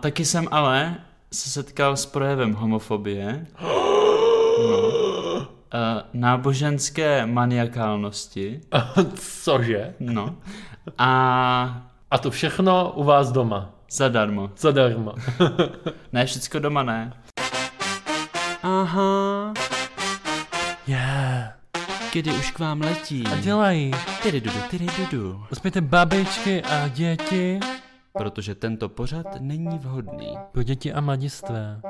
taky jsem ale se setkal s projevem homofobie, eh, náboženské maniakálnosti, Cože? no, a A to všechno u vás doma. zadarmo. Zadarmo. Ne, všecko doma ne. Aha, Yeah. kdy už k vám letí. A dělají. Tyry dudu, tyry dudu. Uspějte babičky a děti. Protože tento pořad není vhodný. Pro děti a mladistvé.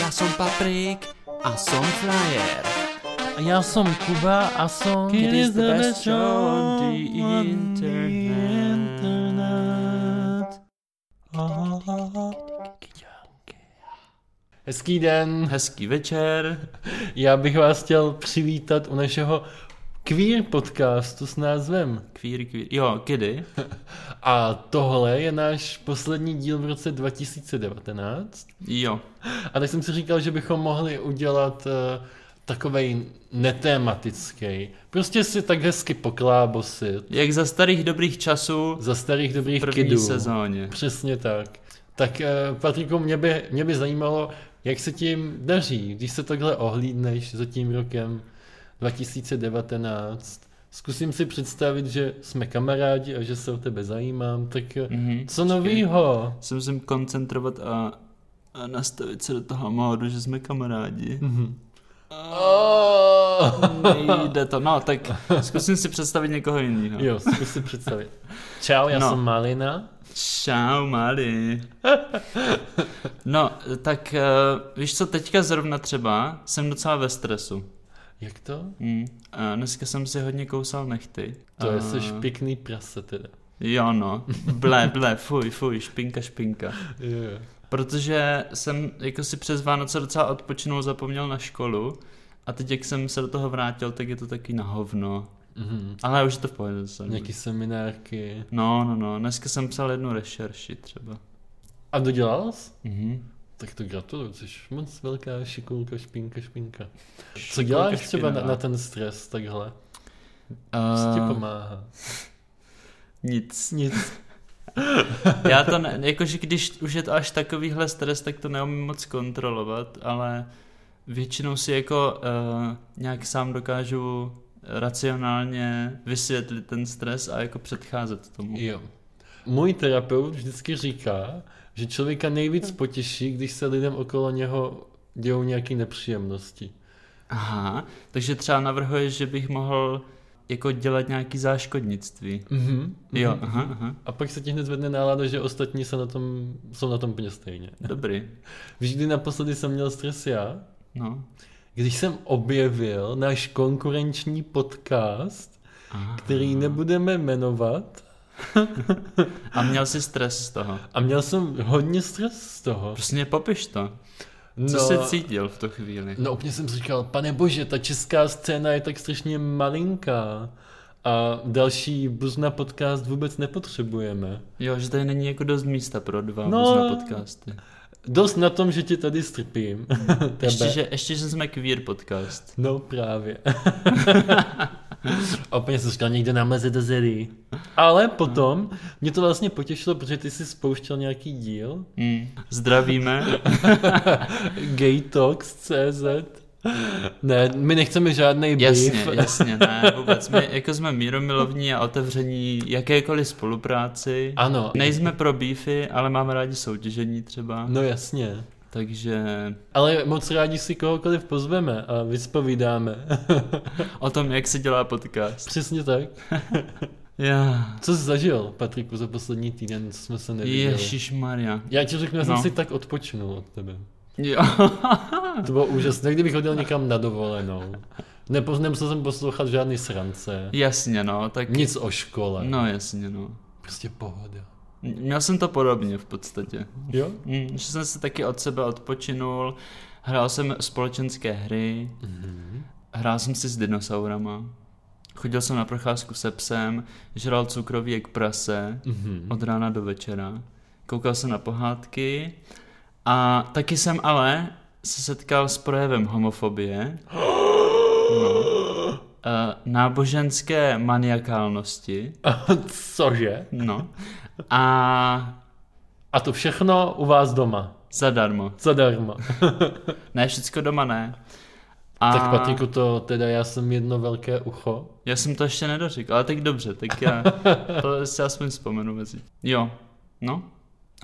Já jsem Paprik a jsem Flyer. A já jsem Kuba a jsem... It is the best show on the internet. Hezký den. Hezký večer. Já bych vás chtěl přivítat u našeho queer podcastu s názvem. Kvír, kvír. Jo, kdy? A tohle je náš poslední díl v roce 2019. Jo. A tak jsem si říkal, že bychom mohli udělat eh, takovej netématický. Prostě si tak hezky poklábosit. Jak za starých dobrých časů Za starých dobrých v první kidů. sezóně. Přesně tak. Tak eh, Patriku, mě by, mě by zajímalo, jak se tím daří, když se takhle ohlídneš za tím rokem 2019. Zkusím si představit, že jsme kamarádi a že se o tebe zajímám, tak eh, Mhm. co novýho? Se musím koncentrovat a, a nastavit se do toho módu, že jsme kamarádi. Oh! Nejde to. No, tak zkusím si představit někoho jiného. Jo, zkus si představit. Čau, já No. jsem Malina. Čau, Mali. No, tak eh, víš co, teďka zrovna třeba jsem docela ve stresu. Jak to? Hm. A Dneska jsem si hodně kousal nechty. Mhm. To je A- seš pěkný prase teda. Jo no, ble, ble, fuj, fuj, špinka, špinka. Jo. Protože jsem jako si přes Vánoce docela odpočinul, zapomněl na školu a teď jak jsem se do toho vrátil, tak je to taky na hovno. Mhm. Ale už je to v pohodě. docela dobrý. Nějaký seminárky. No, no, no, dneska jsem psal jednu rešerši třeba. A dodělal jsi? Mhm. Tak to gratuluju, jsi moc velká šikulka, špinka, špinka. Co děláš třeba na, na ten stres takhle? Co ti Eh, pomáhá? Nic. Nic. Já to ne, jakože když už je to až takovýhle stres, tak to neumím moc kontrolovat, ale většinou si jako uh, nějak sám dokážu racionálně vysvětlit ten stres a jako předcházet tomu. Jo. Můj terapeut vždycky říká, že člověka Hm. nejvíc potěší, když se lidem okolo něho dějou nějaké nepříjemnosti. Aha, takže třeba navrhuješ, že bych mohl jako dělat nějaký záškodnictví. Mhm. Jo, aha, aha, A pak se ti hned zvedne nálada, že ostatní se na tom, jsou na tom úplně stejně. dobrý, Víš, kdy naposledy jsem měl stres já? no. Když jsem objevil náš konkurenční podcast, Aha. který nebudeme jmenovat, A měl jsi stres z toho. a měl jsem hodně stres z toho. Prostě mě popiš to. No, Co no. jsi cítil v tu chvíli? No úplně jsem si říkal, pane bože, ta česká scéna je tak strašně malinká a další buzna podcast vůbec nepotřebujeme. Jo, že tady není jako dost místa pro dva No. no, na podcasty. Dost na tom, že tě tady strpím. Tebe. Hmm. Ještě že, ještě, že jsme queer podcast. No právě. A Úplně jsem říkal, někde nám leze do zelí. Ale potom mě to vlastně potěšilo, protože ty jsi spouštěl nějaký díl. Mm. Zdravíme. Gaytalks.cz Ne, my nechceme žádný Jasně, beef. jasně, ne, vůbec. My jako jsme míromilovní a otevření jakékoliv spolupráci. Ano. Nejsme pro beefy, ale máme rádi soutěžení třeba. No jasně. Takže Ale moc rádi si kohokoliv pozveme a vyspovídáme. o tom, jak se dělá podcast. Přesně tak. Já. Co jsi zažil, Patriku, za poslední týden, co jsme se neviděli? Ježíš Maria. Já ti řeknu, já jsem No. si tak odpočinul od tebe. Jo. To bylo úžasné, kdybych hodil někam na dovolenou. Nepo, nemusel jsem poslouchat žádný srance. Jasně, no, tak. Nic o škole. No, jasně, no. Prostě pohoda. M- Měl jsem to podobně v podstatě. Jo? Mm, že jsem se taky od sebe odpočinul, hrál jsem společenské hry, hrál jsem si s dinosaurama, chodil jsem na procházku se psem, žral cukroví jak prase Mhm. od rána do večera, koukal jsem na pohádky a taky jsem ale se setkal s projevem homofobie, no, eh, náboženské maniakálnosti, Cože? No. A A to všechno u vás doma. Zadarmo. Zadarmo. Ne, všecko doma ne. A... Tak jako- Patriku, to teda já jsem jedno velké ucho. Já jsem to ještě nedořekl, ale tak dobře, tak já to si aspoň vzpomenu mezi. Jo, no,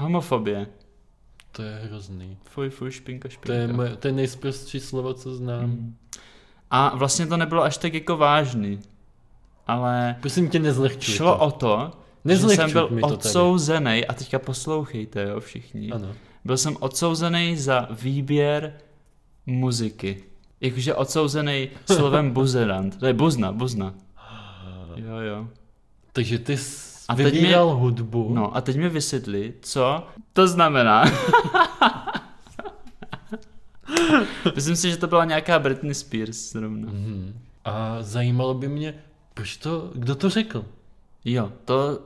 homofobie. To je hrozný. Fuj, fuj, špinka, To špinka. je, moje, to je nejsprostší slovo, co znám. Mm. A vlastně to nebylo až tak jako vážný, ale Prosím tě, nezlehčuj šlo to. o to, že Nezlehčuj jsem byl mi to tady. odsouzený, a teďka poslouchejte, jo, všichni. Ano. Byl jsem odsouzený za výběr muziky. Jakože odsouzený slovem buzerant. To je buzna, buzna. Jo, jo. Takže ty jsi A a teď mi- vybíral mě... hudbu. No a teď mi vysvětli, co to znamená. Myslím si, že to byla nějaká Britney Spears zrovna. Mhm. A zajímalo by mě, proč to, kdo to řekl? Jo, to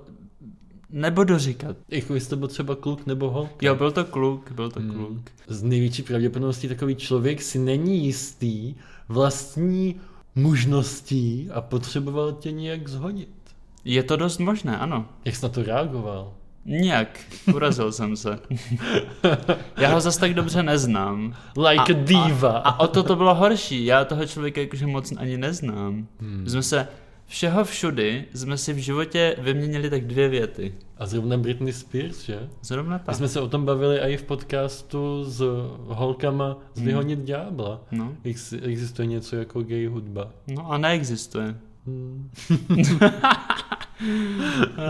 nebudu říkat. Jako jestli to byl třeba kluk nebo holka. Jo, byl to kluk, byl Hmm. Mhm. to kluk. Z největší pravděpodobností takový člověk si není jistý vlastní možností a potřeboval tě nějak zhodit. Je to dost možné, ano. Jak jsi na to reagoval? Nějak, urazil jsem se. Já ho zas tak dobře neznám. Like a, a diva. A o to to bylo horší, já toho člověka jakože moc ani neznám. Hmm. Jsme se všeho všudy, jsme si v životě vyměnili tak dvě věty. a zrovna Britney Spears, že? Zrovna My tak. jsme se o tom bavili i v podcastu s holkama z Vyhonit ďábla. No. Ex- existuje něco jako gay hudba. No a neexistuje. Hmm. Uh, Eh, Tak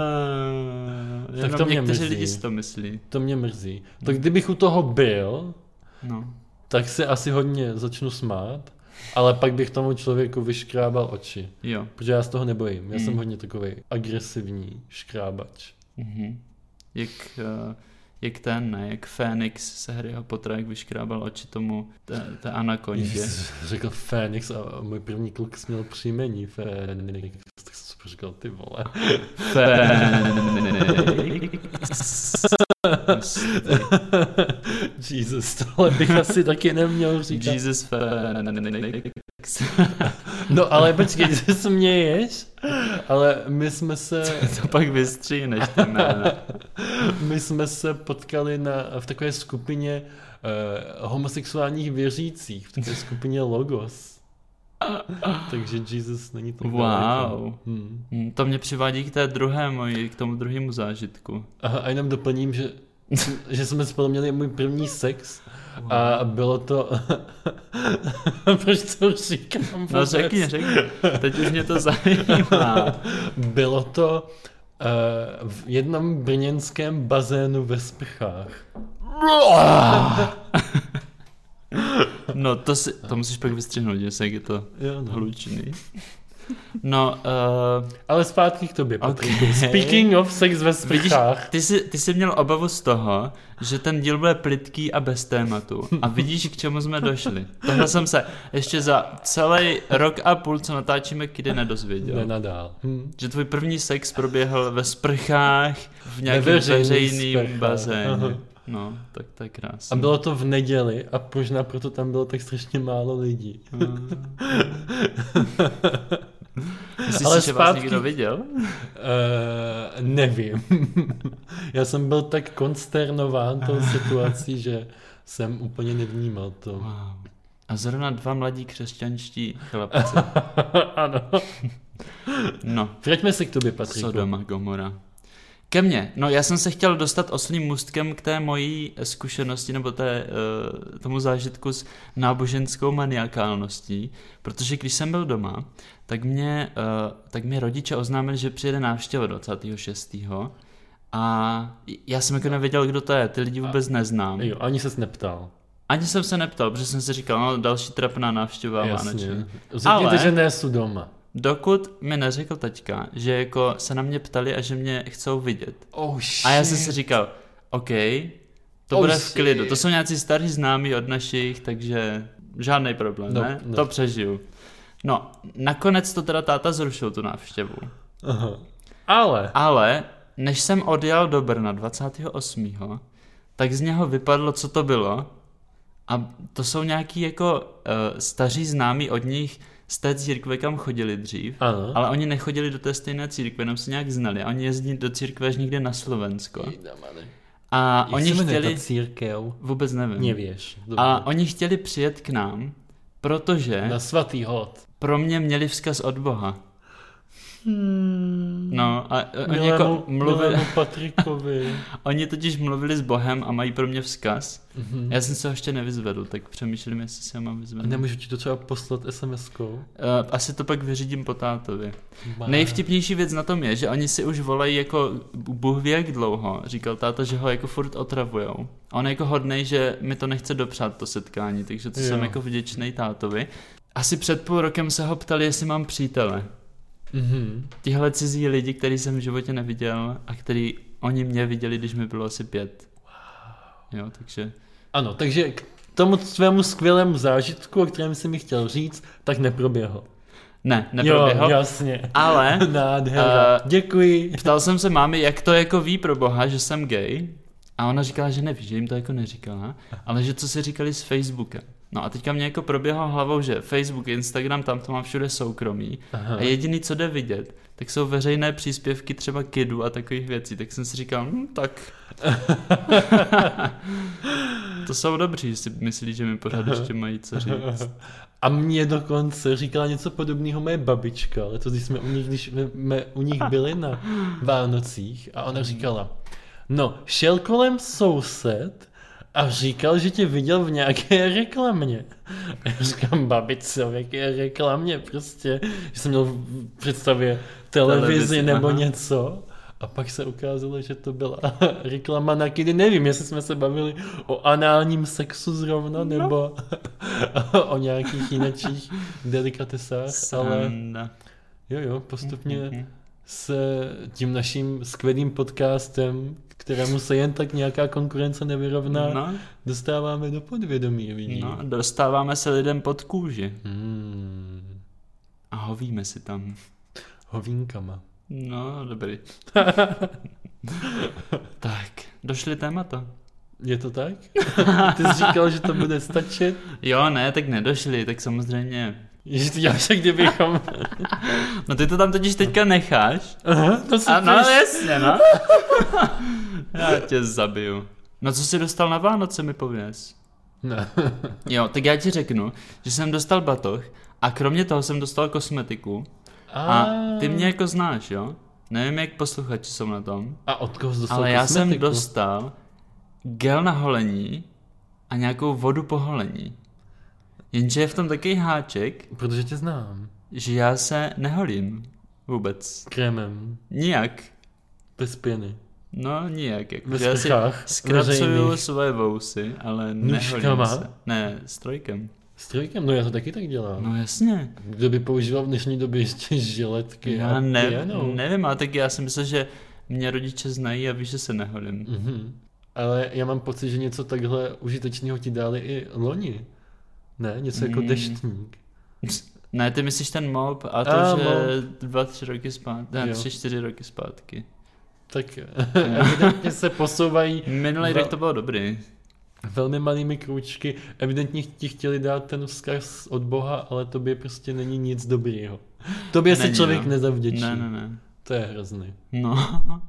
Eh, jenom to to mě někteří mrzí. lidi si to myslí. To mě mrzí. Tak kdybych u toho byl, No. tak se asi hodně začnu smát, ale pak bych tomu člověku vyškrábal oči. Jo. Protože já z toho nebojím. Já Hmm. jsem hodně takový agresivní škrábač. Mhm. Jak, eh, jak ten, ne, jak Fénix se Harryho Pottera, jak vyškrábal oči tomu té, té anakondě. Ježiš, Řekl Fénix a můj první kluk směl příjmení Fénix. Tak jsem si říkal, ty vole. Fénix. Jesus, tohle bych asi taky neměl říkat. Jesus Fénix. No ale počkej, ty se směješ, ale my jsme se, To pak vystříneš ty jména. my jsme se potkali na, v takové skupině uh, homosexuálních věřících, v takové skupině Logos. Takže Jesus není tak daleko. Wow. Hmm. Hm, To mě přivádí k té druhé moji, k tomu druhému zážitku. Aha, a jenom doplním, že, že jsme spolu měli můj první sex a bylo to... Proč to říkám? No vůbec? řekni, řekni. Teď už mě to zajímá. Bylo to uh, v jednom brněnském bazénu ve sprchách. No to, si, to musíš pak vystřihnout, jestli je to Jo, no. hlučný. No, uh, Ale zpátky k tobě, Ok. Patriku. Speaking of sex ve vidíš, sprchách. ty jsi, ty jsi měl obavu z toho, že ten díl bude plitký a bez tématu. A vidíš, k čemu jsme došli. Tohle jsem se ještě za celý rok a půl, co natáčíme, kdy nedozvěděl. Nenadál. Hm. Že tvůj první sex proběhl ve sprchách, v nějakém veřejných veřejném sprchách, aha. bazénu. No, tak to je krásné. A bylo to v neděli a možná proto tam bylo tak strašně málo lidí. Mm. Myslíš Ale si, že vás zpátky- někdo viděl? Uh, nevím. Já jsem byl tak konsternován tou situací, že jsem úplně nevnímal to. Wow. A zrovna dva mladí křesťanští chlapci. ano. No, Vraťme se k tobě, Patriku. Sodoma, Gomora. Ke mně. No, já jsem se chtěl dostat oslým můstkem k té mojí eh, zkušenosti nebo té, eh, tomu zážitku s náboženskou maniakálností, protože když jsem byl doma, tak mě, eh, tak mě rodiče oznámili, že přijede návštěva 26. A já jsem jako nevěděl, kdo to je, ty lidi vůbec neznám. Jo, ani ses neptal. Ani jsem se neptal, protože jsem si říkal, no další trapná návštěva vánoční. Jasně. Řekněte, Ale- Ale... Vlastně. že ne jsou doma. Dokud mi neřekl taťka, že jako se na mě ptali a že mě chcou vidět. Oh, A já jsem si říkal, OK, to Oh, bude v shit. klidu. To jsou nějací starí známí od našich, takže žádný problém, No, ne? no. To přežiju. No, nakonec to teda táta zrušil tu návštěvu. Aha. Ale. Ale než jsem odjel do Brna 28., tak z něho vypadlo, co to bylo. A to jsou nějaký jako uh, staří známí od nich z té církve, kam chodili dřív. Ano. Ale oni nechodili do té stejné církve, jenom se nějak znali. A Oni jezdí do církve až někde na Slovensko. A Jak oni se jmenuje chtěli... ta církev? Vůbec nevím. Nevíš. Dobře. A oni chtěli přijet k nám, protože Na svatý hod. pro mě měli vzkaz od Boha. No a e, oni, Milému, jako mluvili, Milému Patrikovi. oni totiž mluvili s Bohem a mají pro mě vzkaz. Mhm. Já jsem se ho ještě nevyzvedl, tak přemýšlím, jestli se ho mám A vyzvednout. nemůžu ti to třeba poslat SMS-kou? E, Asi to pak vyřídím po tátovi. Má. Nejvtipnější věc na tom je, že oni si už volají jako Bůh ví jak dlouho, říkal táta, že ho jako furt otravujou. A on je jako hodnej, že mi to nechce dopřát to setkání, takže to Jo. jsem jako vděčný tátovi. Asi před půl rokem se ho ptali, jestli mám přítele. Mhm. Tihle cizí lidi, který jsem v životě neviděl a který oni mě viděli, když mi bylo asi pět. Jo, takže Ano, takže k tomu svému skvělému zážitku, o kterém jsi mi chtěl říct, tak neproběhl. ne, neproběhlo. Jo, jasně. Ale Nádhera. Eh, Děkuji. Ptal jsem se mámy, jak to jako ví pro boha, že jsem gay. A ona říkala, že neví, že jim to jako neříkala, ale že co si říkali s Facebookem. No a teďka mě jako proběhlo hlavou, že Facebook, Instagram, tam to mám všude soukromý. Aha. A jediný, co jde vidět, tak jsou veřejné příspěvky třeba kidu a takových věcí. Tak jsem si říkal, hm, tak. to jsou dobří, si myslí, že mi pořád ještě mají co říct. A mě dokonce říkala něco podobného moje babička, ale to když jsme u nich, když jsme u nich byli na Vánocích a ona říkala, no šel kolem soused a říkal, že tě viděl v nějaké reklamě. A já říkám, babice, v jaké reklamě prostě, že jsem měl v představě televizi, Televizi, nebo aha. něco. A pak se ukázalo, že to byla reklama na kdy. Nevím, jestli jsme se bavili o análním sexu No. zrovna, nebo o nějakých jinakších delikatesách, ale Sranda. jo, jo, postupně Mhm. se tím naším skvělým podcastem, kterému se jen tak nějaká konkurence nevyrovná, No, dostáváme do podvědomí, vidíš. no, dostáváme se lidem pod kůži. Hmm, A hovíme si tam. hovínkama. No, dobrý. tak, došly témata. Je to tak? Ty jsi říkal, že to bude stačit? Jo, ne, tak nedošly, tak samozřejmě. Ježiš, ty děláš, jak kdybychom... No ty to tam totiž teďka necháš. Aha, to A no, píš. jasně, no. Já tě zabiju. No co jsi dostal na Vánoce, mi pověz. Ne. Jo, tak já ti řeknu, že jsem dostal batoh a kromě toho jsem dostal kosmetiku. A Ah. ty mě jako znáš, jo? Nevím, jak posluchači jsou na tom, A od koho jsi dostal ale já kosmetiku? jsem dostal gel na holení a nějakou vodu po holení. Jenže je v tom takový háček, Protože tě znám. že já se neholím vůbec. Krémem. Nijak. Bez pěny. No nijak. Jako, Ve že já si sprchách zkracuju veřejných. svoje vousy, ale neholím Nůžkama? se. Ne, strojkem. S trojkem? No já to taky tak dělám. No jasně. Kdo by používal v dnešní době ještě žiletky Já No, a ne, pěnou? nevím, ale tak já si myslel, že mě rodiče znají a ví, že se neholím. Mhm. Ale já mám pocit, že něco takhle užitečného ti dali i loni. Ne? Něco jako Mm. deštník. Ne, ty myslíš ten mob a to, A, že Eh, mob. dva, tři roky zpátky, ne, Jo. tři, čtyři roky zpátky. Tak evidentně se posouvají Minulý Dva- rok to bylo dobrý. velmi malými kručky. Evidentně ti chtěli dát ten vzkaz od Boha, ale tobě prostě není nic dobrýho. Tobě si Není, člověk no. nezavděčí. Ne, ne, ne. To je hrozný. No,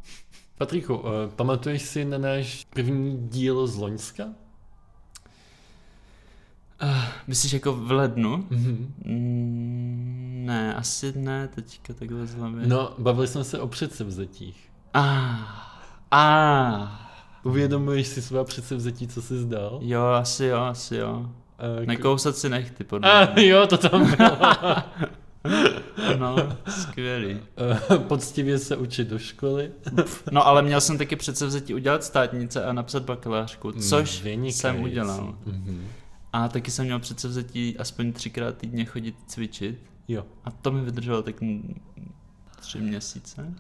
Patriku, eh, pamatuješ si na náš první díl z Loňska? myslíš jako v lednu? Mhm. Mm, ne, asi ne, teďka takhle z hlavy. No, bavili jsme se o předsevzetích. A, Ah, a, Uvědomuješ si svá předsevzetí, co jsi zdal? jo, asi jo, asi jo. Eh, k- Nekousat si nechty, podle A mě. jo, to tam bylo. No, skvělý. Eh, Poctivě se učit do školy. No, ale měl jsem taky přece vzetí udělat státnice a napsat bakalářku, což Hmm, Vynikající. jsem udělal. Mhm. A taky jsem měl přece vzetí aspoň třikrát týdně chodit cvičit. Jo. A to mi vydrželo tak mm, tři měsíce.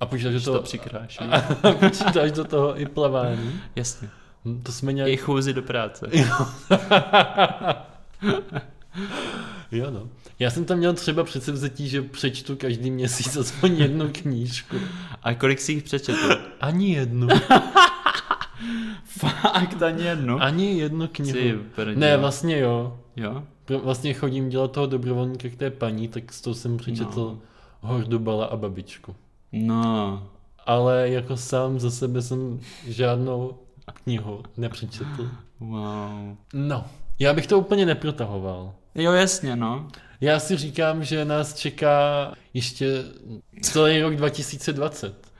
A počítáš do To, to toho, přikráší. počítáš do toho i plavání. Jasně. Hm, To jsme nějak... I chůzi do práce. Jo, no. Já jsem tam měl třeba předsevzetí, že přečtu každý měsíc aspoň jednu knížku. A kolik si jich přečetl? Ani jednu. Fakt, ani jednu. Ani jednu Ty knihu. prdě. Ne, vlastně jo. Jo? Pro- Vlastně chodím dělat toho dobrovolníka k té paní, tak s tou jsem přečetl No. Hordu Bala a babičku. No. ale jako sám za sebe jsem žádnou knihu nepřečetl. Wow. No, já bych to úplně neprotahoval. Jo, jasně, no. Já si říkám, že nás čeká ještě celý rok 2020.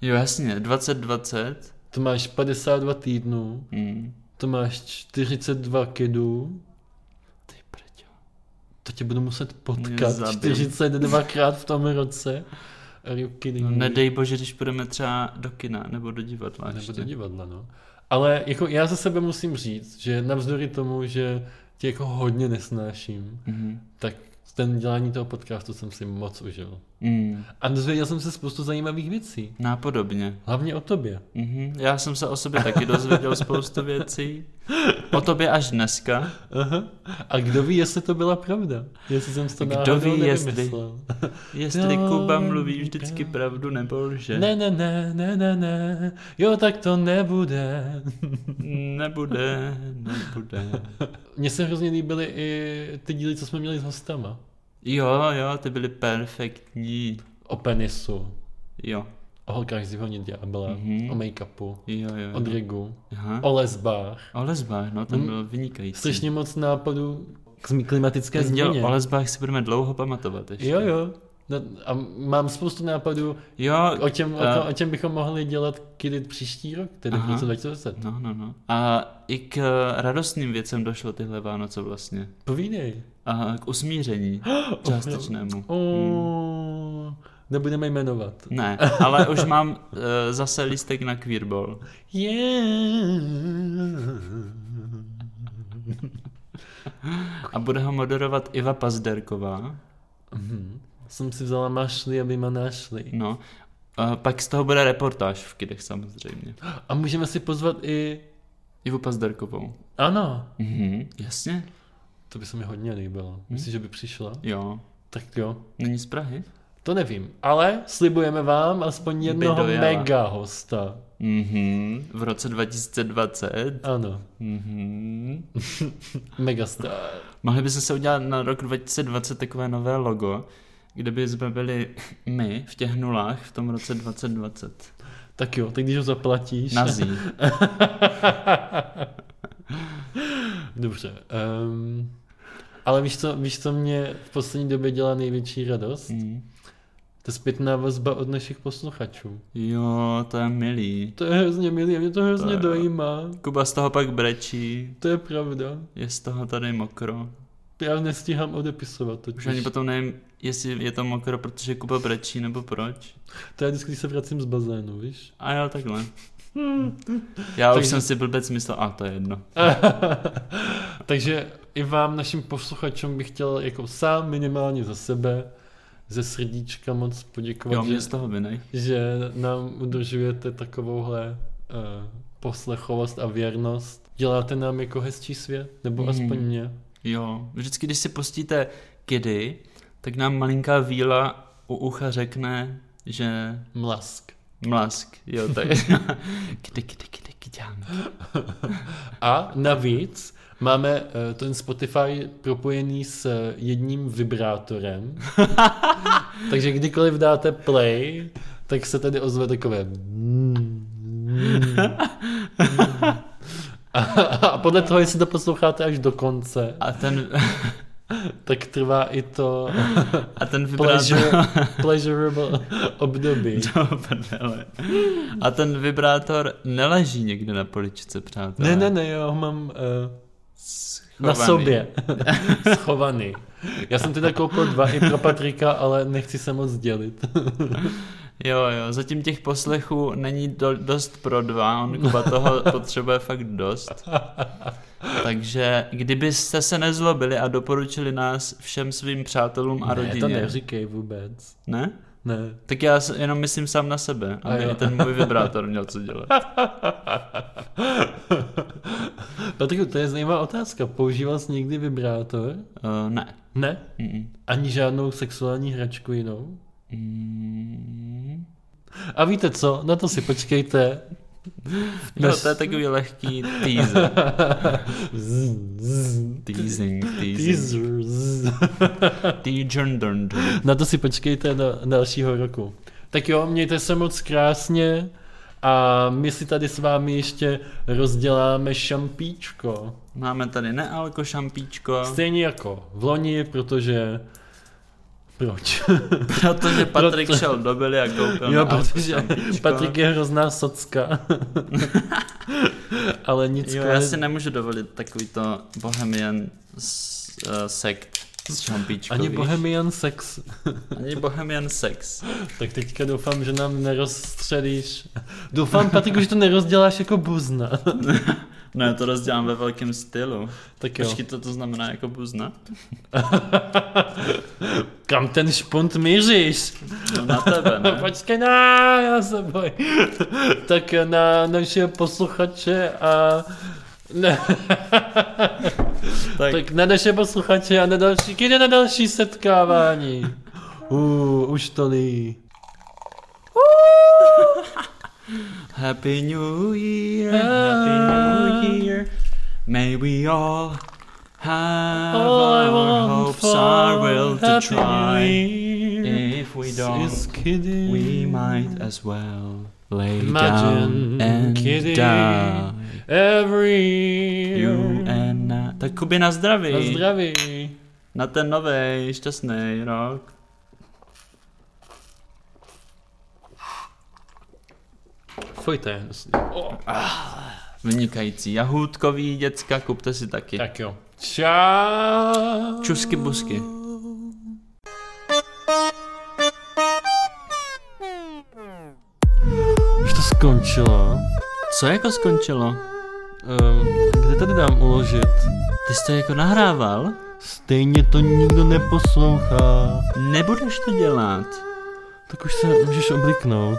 Jo, jasně, 2020. To máš 52 týdnů, Mm. to máš 42 kidů, Ty prďo. to tě budu muset Mě potkat zabij. 42 krát v tom roce. Are you kidding No, me? nedej bože, když půjdeme třeba do kina nebo do divadla. Nebo ještě. do divadla, no. Ale jako já za sebe musím říct, že navzdory tomu, že tě jako hodně nesnáším, Mhm. tak ten dělání toho podcastu jsem si moc užil. Mm. A dozvěděl jsem se spoustu zajímavých věcí. Nápodobně. Hlavně o tobě. No, Mhm. Já jsem se o sobě taky dozvěděl spoustu věcí. O tobě až dneska. Aha. A kdo ví, jestli to byla pravda? Jestli jsem si to Kdo náhodou ví, jestli? nevymyslel. Jestli Jo, Kuba mluví vždycky jo. pravdu nebo lže. Ne, ne, ne, ne, ne, ne. Jo, tak to nebude. Nebude, nebude. Mně se hrozně líbily i ty díly, co jsme měli s hostama. Jo, jo, ty byly perfektní. O penisu, Jo, o holkách z Jihoně Ďábla, Mhm. o make-upu, jo, jo. o jo. dregu, Aha. o lesbách. O lesbách, no ten Mm. byl vynikající. Strašně moc nápadů k zmi- klimatické Ten díl změně. o lesbách si budeme dlouho pamatovat ještě. Jo, jo. No, a mám spoustu nápadů, Jo, o čem, o, A- tom, o čem bychom mohli dělat kdy příští rok, tedy v Aha. roce 2020. no, no, no. A i k eh, radostným věcem došlo tyhle Vánoce vlastně. Povídej. A k usmíření Oh, no. částečnému. Hmm. O, nebudeme jmenovat. Ne, ale už mám eh, zase lístek na queerball. Yeah. A bude ho moderovat Iva Pazderková. Mhm. Jsem si vzala mašli, aby ma našli. No. A pak z toho bude reportáž v Kidech samozřejmě. A můžeme si pozvat i... Ivu Pazderkovou. Ano, Mhm, jasně. to by se mi hodně líbilo. Myslíš, že by přišla? Jo. Tak jo. Není z Prahy? To nevím, ale slibujeme vám aspoň jednoho dojela. mega hosta. Mhm, v roce 2020. Ano, Mhm. megastar. Mohli bychom se udělat na rok 2020 takové nové logo, kde by jsme byli my v těch nulách v tom roce 2020. Tak jo, tak když ho zaplatíš. Nazí. Dobře. Um, ale víš co, víš, co mě v poslední době dělá největší radost? Mhm. To je zpětná vazba od našich posluchačů. Jo, to je milý. To je hrozně milý, a mě to hrozně To jo. dojímá. Kuba z toho pak brečí, To je pravda. je z toho tady mokro. Já nestíhám odepisovat totiž. Už ani potom nevím, jestli je to mokro, protože Kuba brečí, nebo proč. To je vždycky, když se vracím z bazénu, víš? A jo, takhle. Hmm. Já už Takže- jsem si blbec myslel, a to je jedno. Takže i vám, našim posluchačům, bych chtěl jako sám minimálně za sebe ze srdíčka moc Jo, poděkovat, že, mě z toho vinej. že nám udržujete takovouhle uh, poslechovost a věrnost. Děláte nám jako hezčí svět, nebo Mhm. mm. aspoň mě. Jo, vždycky, když si postíte kedy, tak nám malinká víla u ucha řekne, že Mlask. mlask. Jo, tak kdy, kdy, kdy, kyďánky. A navíc máme eh, ten Spotify propojený s eh, jedním vibrátorem. Takže kdykoliv dáte play, tak se tady ozve takové mm, a, a podle toho, jestli to posloucháte až do konce, A ten, tak trvá i to a ten vibrátor... pleasure, pleasurable období. Do prdele. A ten vibrátor neleží někde na poličce, přátelé. Ne, ne, ne, já ho mám eh, Schovaný. Na sobě. Schovaný. Já jsem teda koupil dva i pro Patrika, ale nechci se moc dělit. Jo, jo, zatím těch poslechů není do, dost pro dva, on Kuba toho potřebuje fakt dost. Takže kdybyste se nezlobili a doporučili nás všem svým přátelům a ne, rodině. to neříkej vůbec. ne? Ne. Tak já s- jenom myslím sám na sebe, A aby jo. i ten můj vibrátor měl co dělat. Patriku, to je zajímavá otázka. Používal jsi někdy vibrátor? Uh, ne. Ne. Mm-mm. Ani žádnou sexuální hračku jinou? Mm. A víte co? Na to si počkejte. Jo, Bez- to je takový lehký teaser. Zzz, zzz, Teasing, teasing. teaser, zzz. Teaser. dun, dun. Na to si počkejte do dalšího roku. Tak jo, mějte se moc krásně a my si tady s vámi ještě rozděláme šampíčko. Máme tady nealko šampíčko. Stejně jako v loni, protože proč? Protože Patrik Proto... šel do byly a koupil Jo, protože Patrik je hrozná socka. Ale nic. Jo, já si nemůžu dovolit takovýto bohemian s, uh, sekt s šampíčkou. Ani bohemian sex. Ani bohemian sex. tak teďka doufám, že nám nerozstřelíš. Doufám, Patriku, že to nerozděláš jako buzna. No já to rozdělám ve velkém stylu. Tak jo. Počkej, to to znamená jako buzna? Kam ten špunt míříš? No na tebe, ne? Počkej, na, já se boj. tak na naše posluchače a... Ne. tak. tak na naše posluchače a na další, kdy na další setkávání. Uh, už to ný. Happy New Year, Ah. Happy New Year. May we all have all our hopes are well to try. If we don't, we might as well lay Imagine down and kidding. die. Every year. You and I. Tak Kuby na zdraví. Na zdraví. Na ten nový šťastný rok. Fuj, to je hnusný. O, Vynikající jahůdkový děcka, kupte si taky. Tak jo. Čau. Čusky busky. Už to skončilo. Co jako skončilo? Ehm, kde tady dám uložit? Ty jsi to jako nahrával? Stejně to nikdo neposlouchá. Nebudeš to dělat. Tak už se můžeš obliknout.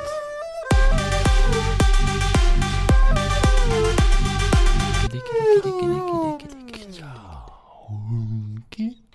Kdy, kdy, kdy, kdy, kdy, kdy, kdy, kdy. Hunky.